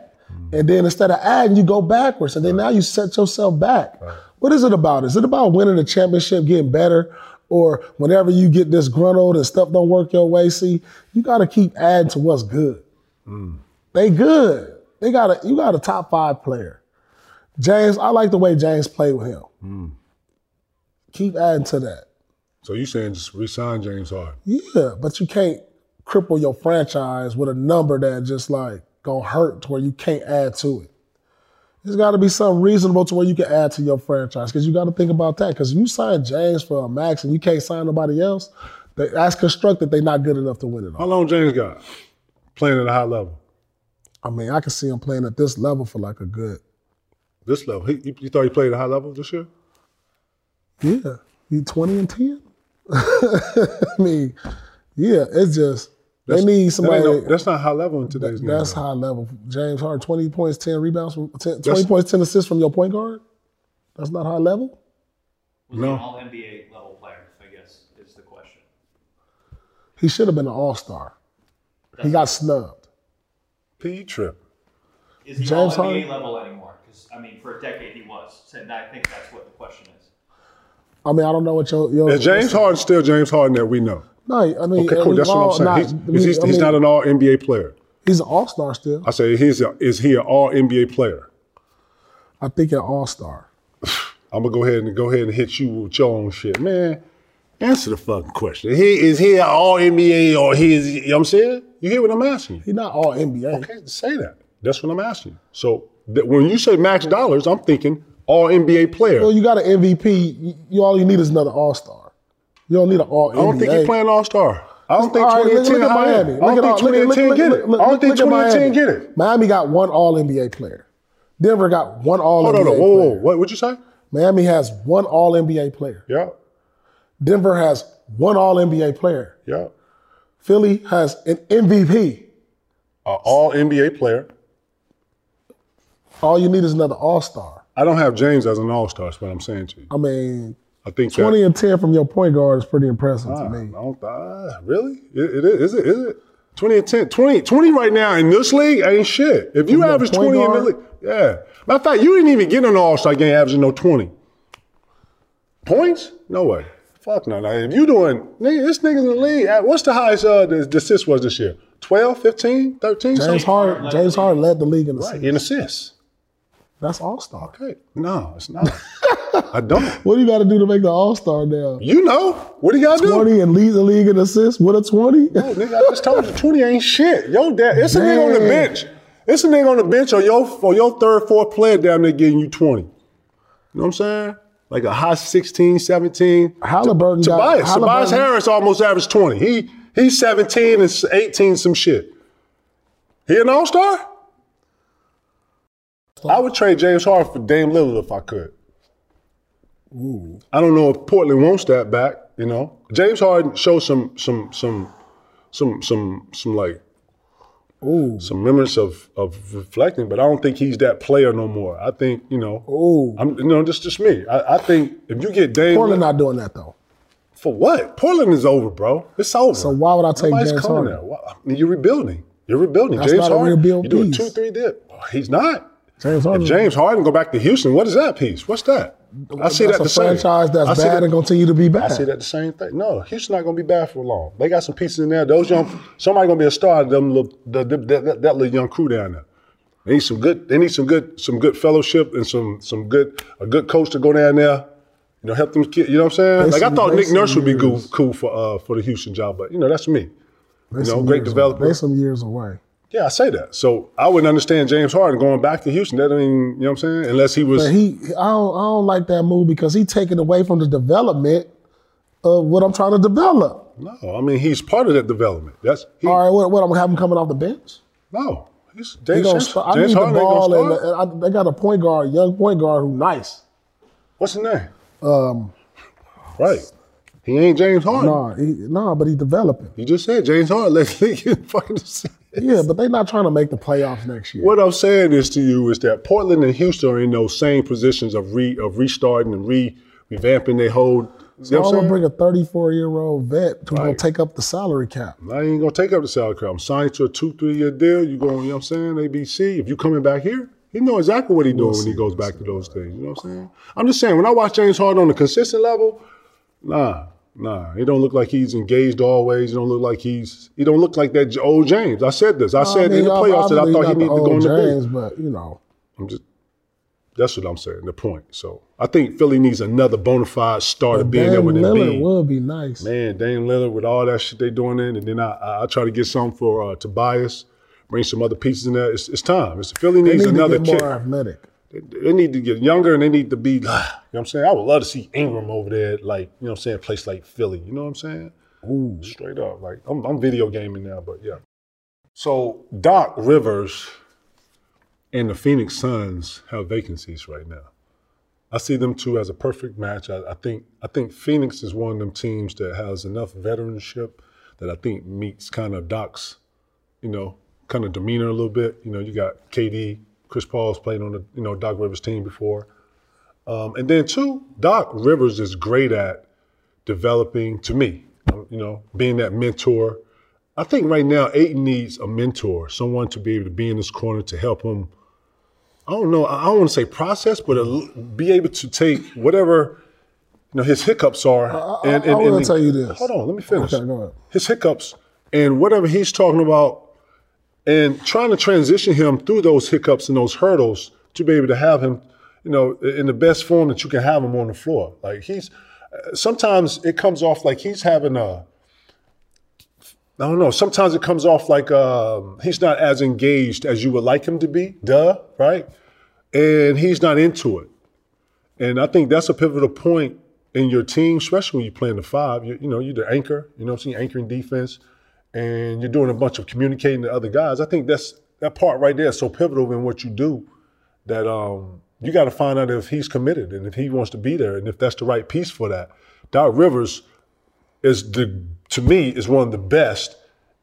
And then instead of adding, you go backwards. And then now you set yourself back. What is it about? Is it about winning a championship, getting better? Or whenever you get disgruntled and stuff don't work your way, see, you gotta keep adding to what's good. They good. They got a you got a top five player. James, I like the way James played with him. Keep adding to that.
So you saying just resign James Harden?
Yeah, but you can't cripple your franchise with a number that just like gonna hurt to where you can't add to it. There's got to be something reasonable to where you can add to your franchise because you got to think about that. Because if you sign James for a max and you can't sign nobody else, that- that's constructed. They're not good enough to win it all.
How long James got playing at a high level?
I mean, I can see him playing at this level for like a good
This level? He, you, you thought he played at a high level this year?
Yeah, you twenty and ten. I mean, yeah, it's just they need
That ain't
somebody.
no- that's not high level in today's game.
That's
though.
high level. James Harden, 20 points, 10 rebounds, from, 10, 20 points, 10 assists from your point guard? That's not high level?
Was
No.
he an all NBA level player? I guess is the question.
He should have been an all star. He got snubbed.
P trip.
Is he all
James
NBA
Harden?
level anymore? Because I mean, for a decade he was, and I think that's what the question is.
I mean, I don't know what your. your
Is James Harden still James Harden that we know?
No, I mean,
Okay, cool. That's what I'm saying.
not-
he's,
I
is
mean-
he's-
I
he's
mean,
not an All NBA player.
he's an all star still.
I say he's a, is he an All NBA player?
I think an all star.
I'm gonna go ahead and go ahead and hit you with your own shit, man. Answer the fucking question. He is he an All NBA or he is? You know what I'm saying you hear what I'm asking? You
He's not all NBA.
can't say that. That's what I'm asking. you. So that when you say max dollars, I'm thinking All NBA player.
Well, you got an MVP. You, you all you need is another all star. You don't need an all NBA.
I don't think he's playing All Star. I don't think
All right,
2010
look, look at
high end.
Miami.
I
Look
don't
at- look at-
think 2010
look-
get
look-
it.
look-
I don't
look-
think
look at
2010
Miami.
get it.
Miami got one All NBA player. Denver got one All
Hold on,
NBA
hold on. Whoa,
player.
whoa, whoa. What would you say?
Miami has one All NBA player.
Yeah,
Denver has one All NBA player.
yeah.
Philly has an MVP.
An Uh, All NBA player.
All you need is another All Star.
I don't have James as an All Star. Is what I'm saying to you.
I mean,
I think that-
twenty and ten from your point guard is pretty impressive to
I
me.
don't, uh, really? It, it is. Is it? Is it? 20 and 10. 20, 20 right now in this league ain't shit. If you
a
average
point
20 in the
guard?
league, yeah. Matter of fact, you didn't even get an All Star game averaging no 20. Points? No way. Fuck no. no. If you doing, nigga, this nigga's in the league. uh, What's the highest uh, the, the assist was this year? 12, 15, 13?
James
Something?
Harden, James Harden led the league in assists.
In assists.
That's All Star.
Okay. No, it's not. I don't.
What do you got to do to make the All Star now?
You know. What do y'all do?
Twenty and lead the league in assists with a twenty.
Oh, nigga, I just told you, 20 ain't shit. Yo, dad, it's a nigga on the
Man.
bench. It's a nigga on the bench or your, or your third, fourth player down there getting you 20. You know what I'm saying? Like a high 16, 17.
Halliburton got
Tobias, Tobias
Halliburton-
Harris almost averaged 20. He He's 17 and 18, some shit. He an all-star? I would trade James Harden for Dame Lillard if I could. I don't know if Portland wants that back. You know, James Harden showed some some some some some some like
Ooh.
some remnants of of reflecting, but I don't think he's that player no more. I think you know.
Ooh.
I'm you know just just me. I, I think if you get Dame
Portland not doing that though.
for what Portland is over, bro. It's over.
So why would I take
Nobody's
James
coming
Harden?
there. Why- I mean, you're rebuilding. You're rebuilding.
That's
James
not a
Harden.
rebuild
you do a
piece.
two three dip. Well, he's not.
James Harden.
If James Harden go back to Houston, what is that piece? What's that? I see
that's
that
a
the
franchise
same. I
that's
see
bad
that-
and continue to be bad.
I see that the same thing. No, Houston not gonna be bad for long. They got some pieces in there. Those young, somebody gonna be a star. of Them little, the, the, that, that- that little young crew down there. They need some good. They need some good, some good fellowship and some some good a good coach to go down there. You know, help them. Kid, you know what I'm saying? like I
Mason-
thought Nick
Mason
Nurse would be cool,
Years.
cool for uh for the Houston job, but you know that's me. you
They
know,
some
great
years
developer.
Away. They some years away.
Yeah, I say that. So I wouldn't understand James Harden going back to Houston. That ain't you know what I'm saying? Unless he was
But he, I don't, I don't like that move because he taking away from the development of what I'm trying to develop.
no. I mean, he's part of that development. That's he,
All right, what, what I'm gonna have him coming off the bench?
no. He's
He
James,
gonna
James,
start- I
James
need the
Harden ain't gonna
ball, and,
start.
and I, they got a point guard, young point guard who nice.
What's his name? Um, right. He ain't James Harden.
Nah, he, nah, but he developing.
You just said James Harden. Let's think in fucking.
Yeah, but they not trying to make the playoffs next year.
What I'm saying is to you is that Portland and Houston are in those same positions of re of restarting and re revamping their whole. You know
I'm
what I'm
gonna
saying?
bring a 34 year old vet who's gonna
Right.
take up the salary cap.
I ain't gonna take up the salary cap. I'm signing to a two three year deal. You going? You know what I'm saying? ABC. If you coming back here, he know exactly what he doing when he goes back to those things. You know what I'm saying? I'm just saying when I watch James Harden on a consistent level, Nah, nah. He don't look like he's engaged always. He don't look like he's. He don't look like that J- old James. I said this. I
Oh,
said in the
I-
playoffs that I
obviously
thought he
not the
needed to go in
old
the
James,
big.
but you know,
I'm just. That's what I'm saying. The point. So I think Philly needs another bona fide starter being there
Dame
with
Lillard
Embiid.
would be nice.
Man, Dame Lillard with all that shit they doing in, and then I- I I try to get some for uh, Tobias. Bring some other pieces in there. It's, it's time. It's, Philly
they
needs
need
another
to get
kick.
more athletic.
They- They need to get younger and they need to be. You know what I'm saying? I would love to see Ingram over there, like you know what I'm saying, a place like Philly. You know what I'm saying?
Ooh,
Straight up, like I'm, I'm video gaming now, but yeah. So Doc Rivers and the Phoenix Suns have vacancies right now. I see them two as a perfect match. I, I think I think Phoenix is one of them teams that has enough veteranship that I think meets kind of Doc's, you know, kind of demeanor a little bit. You know, you got KD, Chris Paul's played on the you know Doc Rivers team before, um, and then two, Doc Rivers is great at developing to me, you know, being that mentor. I think right now Aiden needs a mentor, someone to be able to be in his corner to help him. I don't know. I I don't want to say process, but a- be able to take whatever you know his hiccups are.
I- I wanna tell you this.
Hold on, let me finish.
Okay, go ahead.
His hiccups and whatever he's talking about, and trying to transition him through those hiccups and those hurdles to be able to have him, you know, in the best form that you can have him on the floor. Like he's sometimes it comes off like he's having a I don't know. Sometimes it comes off like um, he's not as engaged as you would like him to be. Duh, right? And he's not into it. And I think that's a pivotal point in your team, especially when you're playing the five. You, you know, you're the anchor. You know what I'm saying? Anchoring defense, and you're doing a bunch of communicating to other guys. I think that's that part right there is so pivotal in what you do that um, you got to find out if he's committed and if he wants to be there and if that's the right piece for that. Doc Rivers is the to me is one of the best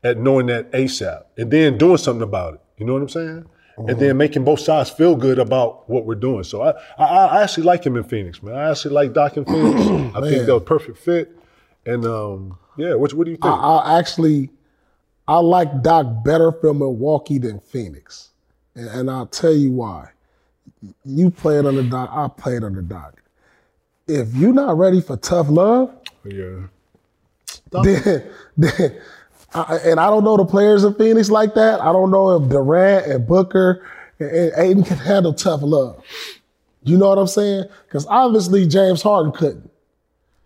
at knowing that ASAP and then doing something about it. You know what I'm saying? And then making both sides feel good about what we're doing. So I, I, I actually like him in Phoenix, man. I actually like Doc in Phoenix. I think they're a perfect fit. And um, yeah, what, what do you think?
I, I actually, I like Doc better from Milwaukee than Phoenix, and, and I'll tell you why. You played under Doc. I played under Doc. If you're not ready for tough love,
yeah,
then, then I, and I don't know the players in Phoenix like that. I don't know if Durant and Booker and, and Aiden can handle tough love. You know what I'm saying? Because obviously James Harden couldn't.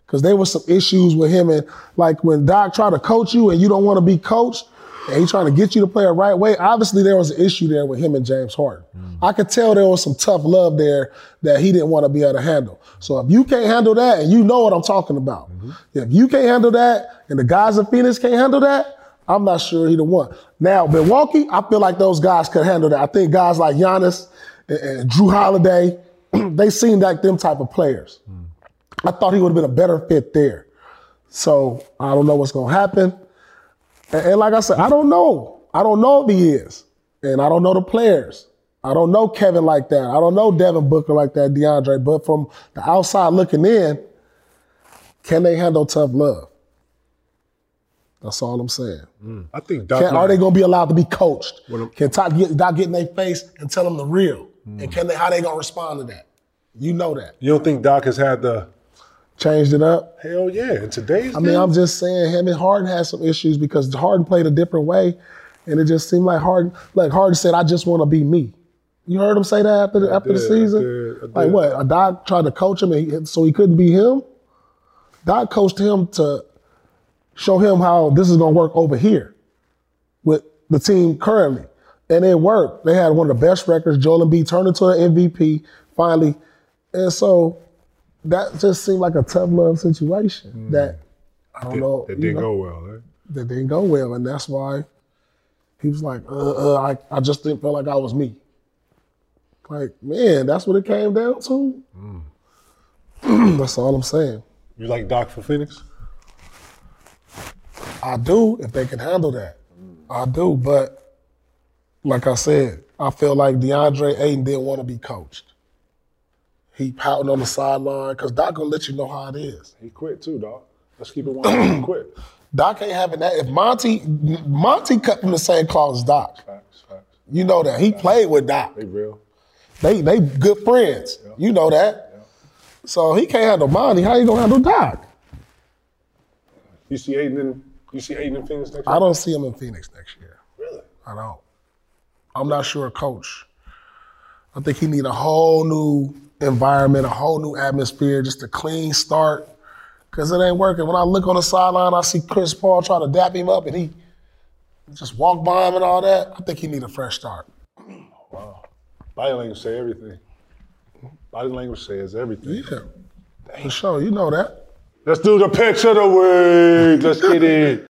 Because there was some issues with him and like when Doc tried to coach you and you don't want to be coached and he trying to get you to play the right way. Obviously there was an issue there with him and James Harden. I could tell there was some tough love there that he didn't want to be able to handle. So if you can't handle that and you know what I'm talking about, if you can't handle that and the guys in Phoenix can't handle that, I'm not sure he the one. Now Milwaukee, I feel like those guys could handle that. I think guys like Giannis and, and Drew Holiday, they seem like them type of players. I thought he would have been a better fit there. So I don't know what's gonna happen. And, and like I said, I don't know. I don't know if he is, and I don't know the players. I don't know Kevin like that. I don't know Devin Booker like that, DeAndre. But from the outside looking in, can they handle tough love? That's all I'm saying.
I think Doc.
Can- are they going to be allowed to be coached?
What I'm-
Can Todd get, Doc get in their face and tell them the real? And can they? How they going to respond to that? You know that.
you don't think Doc has had the
Changed it up.
hell yeah in today's
I mean, I'm just saying him and Harden had some issues because Harden played a different way, and it just seemed like Harden, like Harden said, "I just want to be me." You heard him say that after the, after the
did, I
season.
did, I did.
Like what? A doc tried to coach him, and he, so he couldn't be him. Doc coached him to show him how this is gonna work over here with the team currently, and it worked. They had one of the best records. Joel Embiid turned into an MVP finally, and so that just seemed like a tough love situation that. I don't know.
Mm. That
you
didn't
know,
go well, right?
That didn't go well, and that's why he was like, "Uh, uh I, I just didn't feel like I was me." Like, man, that's what it came down to.
Mm.
that's all I'm saying.
You like Doc for Phoenix?
I do if they can handle that. I do, but like I said, I feel like DeAndre Ayton didn't want to be coached. He pouting on the sideline because Doc gonna let you know how it is.
He quit too, Doc. Let's keep it one. he quit.
Doc ain't having that. If Monty Monty cut from the same cloth as Doc,
Facts, facts.
you know that he played with Doc.
They real.
They they good friends. You know that. So he can't handle Monty. How you gonna handle Doc?
You see Aiden in you see Aiden in Phoenix next
I
year?
don't see him in Phoenix next year.
Really?
I don't. I'm not sure, Coach. I think he need a whole new environment, a whole new atmosphere, just a clean start. Cause it ain't working. When I look on the sideline, I see Chris Paul trying to dap him up, and he just walk by him and all that. I think he need a fresh start.
Body language say everything. Body language says everything.
Yeah, for sure. You know that.
Let's do the picture of the week. Let's get it.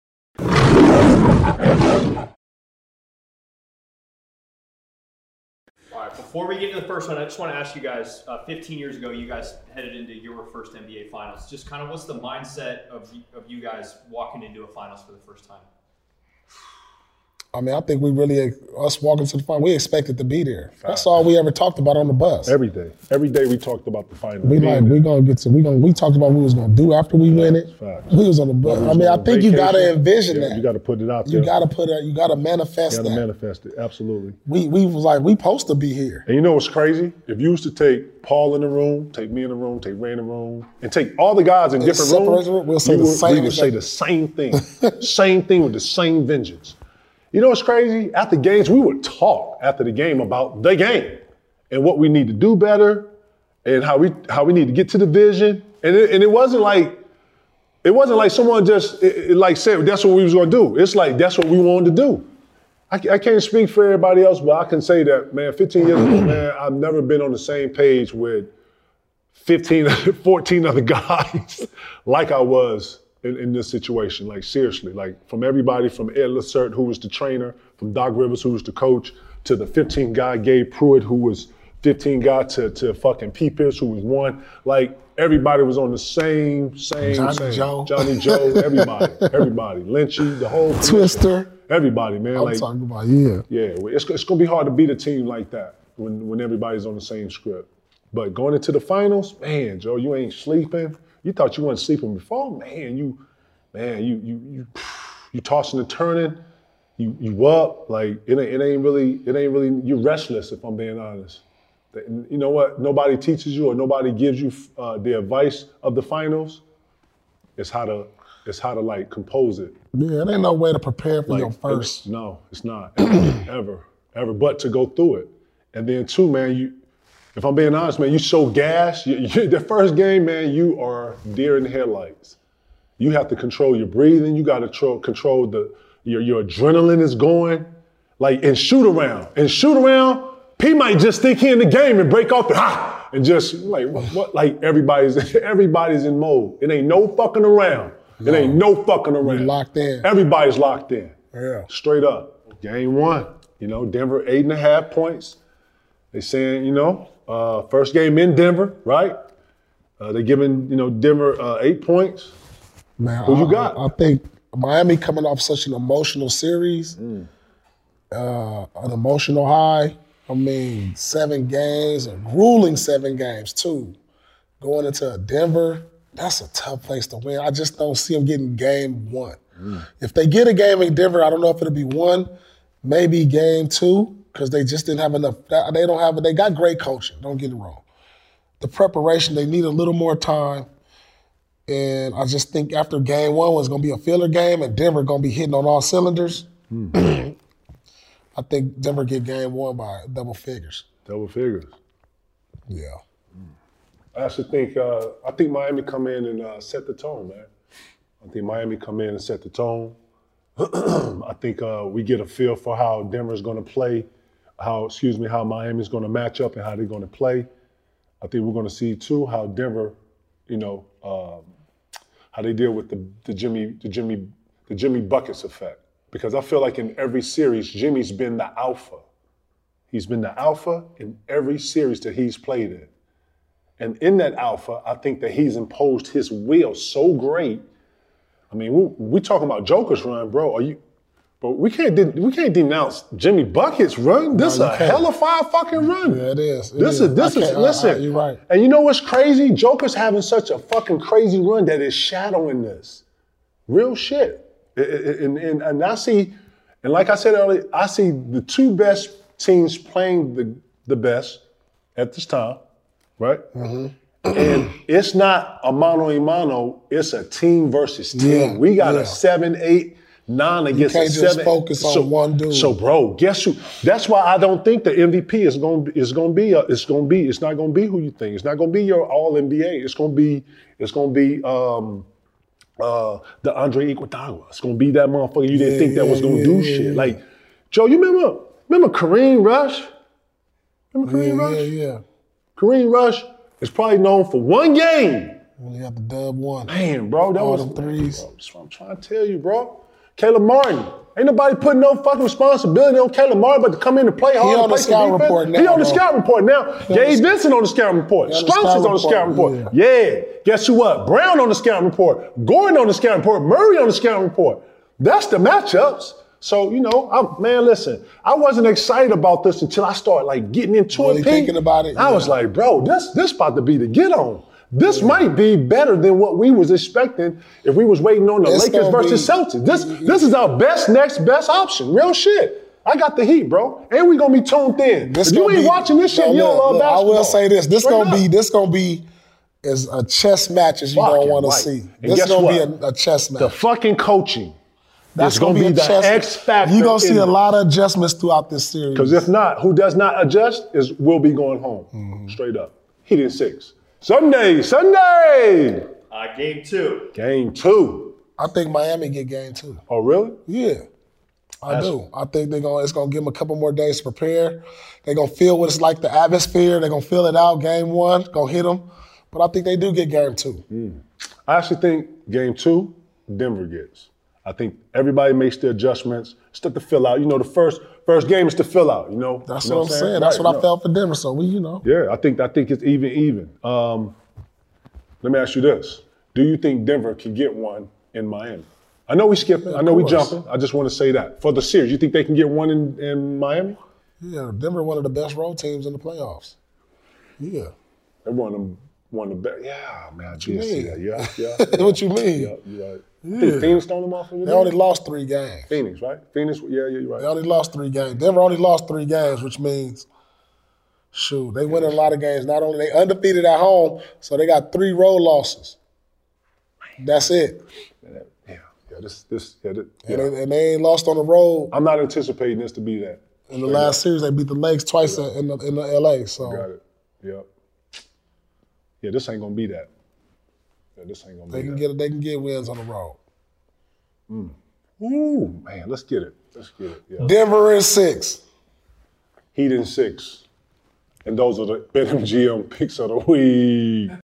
All right, before we get into the first one, I just want to ask you guys uh, 15 years ago, you guys headed into your first NBA finals. Just kind of what's the mindset of, y- of you guys walking into a finals for the first time?
I mean, I think we really us walking to the final, we expected to be there. That's all we ever talked about on the bus.
Every day. Every day we talked about the final.
We like we gonna get to we gonna we talked about what we was gonna do after we win it.
Facts.
We was on the bus. I mean, I think you gotta envision that.
You gotta put it out there.
You gotta put it. You gotta manifest
You gotta
that.
manifest it. Absolutely.
we we was like we supposed to be here.
And you know what's crazy? If you used to take Paul in the room, take me in the room, take Ray in the room, and take all the guys in different
separate
rooms,
the room, we'll say
you
the
would- we
same
would say
thing.
the same thing. same thing with the same vengeance. You know what's crazy? After games, we would talk after the game about the game and what we need to do better and how we how we need to get to the vision. And it, and it wasn't like it wasn't like someone just it, it like said that's what we was gonna do. It's like that's what we wanted to do. I, ca- I can't speak for everybody else, but I can say that, man, 15 years ago, man, I've never been on the same page with 15, 14 other guys like I was in, in this situation. Like, seriously, like from everybody from Ed Lacert, who was the trainer, from Doc Rivers, who was the coach, to the 15 guy Gabe Pruitt, who was 15 guy, to, to fucking P. Pierce, who was one. Like, everybody was on the same, same,
Johnny
same.
Joe.
Johnny Joe, everybody, everybody. Lynchy, the whole commission.
Twister.
Everybody, man.
I'm
like,
talking about yeah.
yeah, well, it's, it's gonna be hard to beat a team like that when when everybody's on the same script. But going into the finals, man, Joe, you ain't sleeping. You thought you weren't sleeping before, man. You, man, you you you you tossing and turning. You you up like it ain't it ain't really it ain't really you're restless if I'm being honest. That- You know what? Nobody teaches you or nobody gives you uh, the advice of the finals. It's how to it's how to like compose it
Yeah, it ain't no way to prepare for your
like,
first.
it's- No, it's not ever, ever, ever. But to go through it, and then too, man, you. If I'm being honest, man, you so gas. You, you, the first game, man, you are deer in the headlights. You have to control your breathing. You got to tro- control the your your adrenaline is going. Like in shoot around, in shoot around, P might just think he in the game and break off the ha and just like what, what like everybody's everybody's in mode. It ain't no fucking around. It ain't no fucking around.
locked in.
Everybody's locked in.
Yeah.
Straight up. Game one. You know, Denver eight and a half points. They saying, you know, uh, first game in Denver, right? Uh, they giving, you know, Denver uh, eight points.
Man,
Who
I,
you got? Mm.
I, I think Miami coming off such an emotional series. uh, an emotional high. I mean, seven games, a grueling seven games too. Going into Denver, that's a tough place to win. I just don't see them getting game one.
Mm.
If they get a game in Denver, I don't know if it'll be one, maybe game two, because they just didn't have enough. They don't have. They got great coaching. Don't get it wrong. The preparation they need a little more time. And I just think after game one was going to be a filler game, and Denver going to be hitting on all cylinders. I think Denver get game one by double figures.
Double figures.
Yeah.
I actually think uh, I think Miami come in and uh, set the tone, man. I think Miami come in and set the tone. I think uh, we get a feel for how Denver's going to play, how excuse me, how Miami's going to match up and how they're going to play. I think we're going to see too how Denver, you know, um, how they deal with the, the Jimmy the Jimmy the Jimmy buckets effect. Because I feel like in every series, Jimmy's been the alpha. He's been the alpha in every series that he's played in. And in that alpha, I think that he's imposed his will so great. I mean, we we talking about Joker's run, bro. Are you? But we can't de- we can't denounce Jimmy Bucket's run. This
No,
a
you can't.
hell of a fucking run.
Yeah, it is. It
This is this
I
is
can't- I-
listen.
I- you're right.
And you know what's crazy? Joker's having such a fucking crazy run that is shadowing this. Real shit. I- I- I- And, and, and I see, and like I said earlier, I see the two best teams playing the, the best at this time, right?
Mm-hmm.
And it's not a mano a mano, it's a team versus team.
Yeah,
we got
yeah.
a seven, eight, nine against
can't
a
just
seven.
focus on one dude.
So bro, guess who? That's why I don't think the MVP is going to is going to be a, it's going to be it's not going to be who you think. It's not going to be your All NBA. It's going to be it's going to be um uh the Andre Iguodala. It's going to be that motherfucker you didn't think that was going to do shit. Like Joe, you remember remember Kareem Rush? Remember Kareem
Yeah,
Rush?
yeah, yeah.
Kareem Rush is probably known for one game.
When you have the dub one.
Man, bro, that
All
was
them threes.
Bro, that's what I'm trying to tell you, bro. Caleb Martin. Ain't nobody putting no fucking responsibility on Caleb Martin but to come in and play hard. and
on the
play some
scout
defense.
report now,
He on the
though.
scout report now. Gabe Vincent on the scout report.
on the
Strauss
scout
is on the scout
report,
report. Yeah. Guess who what? Brown on the scout report. Gordon on the scout report. Murray on the scout report. That's the matchups. So, you know, I, man, listen, I wasn't excited about this until I started like getting into
Really
it. Pete.
thinking about it,
I was
yeah.
like, like, bro, this this about to be the get on. This might be better than what we was expecting if we was waiting on the
It's
Lakers
gonna
versus
be-
Celtics. This this is our best next best option. Real shit. I got the heat, bro, and we gonna be tuned in.
This
if you
gonna
ain't
be-
watching this shit,
No,
you don't
look,
love
look,
basketball.
I will say this: this
Straight
gonna
up.
be this gonna be is a chess match as you
Fucking
don't want
right.
to see.
And
This
guess
gonna
what?
be a, a chess match.
the fucking coaching.
That's
That's gonna, be, the X factor.
You're gonna see
in
a
it.
lot of adjustments throughout this series.
Because if not, who does not adjust is will be going home.
Mm-hmm.
Straight up. Heat in six. Sunday, Sunday.
Uh, game two.
Game two.
I think Miami get game too.
Oh, really?
Yeah, I do. I think they're gonna. It's gonna give them a couple more days to prepare. They're gonna feel what it's like the atmosphere. They're gonna feel it out. Game one, gonna hit them. But I think they do get game two.
I actually think game two, Denver gets. I think everybody makes their adjustments. It's just to fill out. You know, the first first game is to fill out. You know,
That's
You know
what I'm saying. That's
Right,
what
you
I
know.
felt for Denver. So we, you know,
Yeah, I think I think it's even even. Um, let me ask you this: Do you think Denver can get one in Miami? I know we skipping. I know we
course.
jumping. I just want to say that for the series, you think they can get one in, in Miami?
yeah, Denver one of the best road teams in the playoffs. Yeah.
They won them. One of the best. Yeah, man, I did see
mean?
that. Yeah, yeah. yeah.
what you mean?
Yeah, you're right. I think Phoenix stole them off of
They only lost three games.
Phoenix, right? Phoenix, yeah, yeah, you're right.
They only lost three games. Denver only lost three games, which means, shoot, they win a lot of games. Not only they undefeated at home, so they got three road losses. That's it.
Yeah, yeah, this, this, yeah, this, yeah.
And, they, and they ain't lost on the road
I'm not anticipating this to be that.
in the last series. They beat the Lakes twice in the, in the LA.
Got
So
it. Yep. Yeah, this ain't gonna be that. Yeah, this ain't gonna
they
be
can
that.
get they can get wins on the road.
Ooh, man, let's get it. Let's get it. Yeah.
Denver is six.
Heat in six, and those are the BetMGM picks of the week.